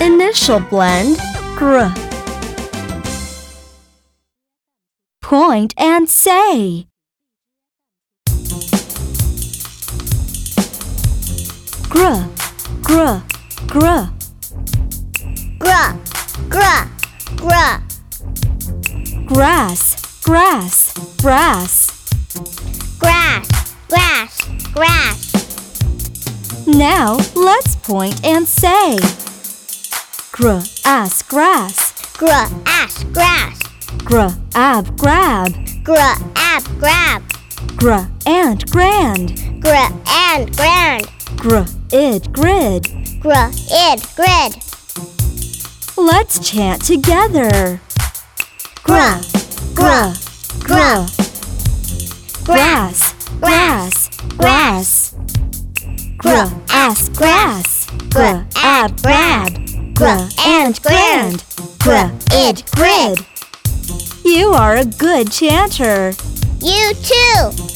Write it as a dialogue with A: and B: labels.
A: Initial blend, gr. Point and say. Gr, gr, gr.
B: Gra, gra, gra.
A: Grass, grass, grass.
B: Grass, grass, grass.
A: Now let's point and say. Grass, grass.
B: Gra, ass, grass.
A: Grab, grab.
B: Gra, ab, grab.
A: Gra and grand.
B: Gra, and, grand.
A: Gr id, grid.
B: Gra, id, grid.
A: Let's chant together.
B: Gra, gra,
A: gra.
B: gra.
A: Grass, grass, grass. Grass, grass. Grab, grab. Gra and grand. Gra id grid. You are a good chanter.
B: You too.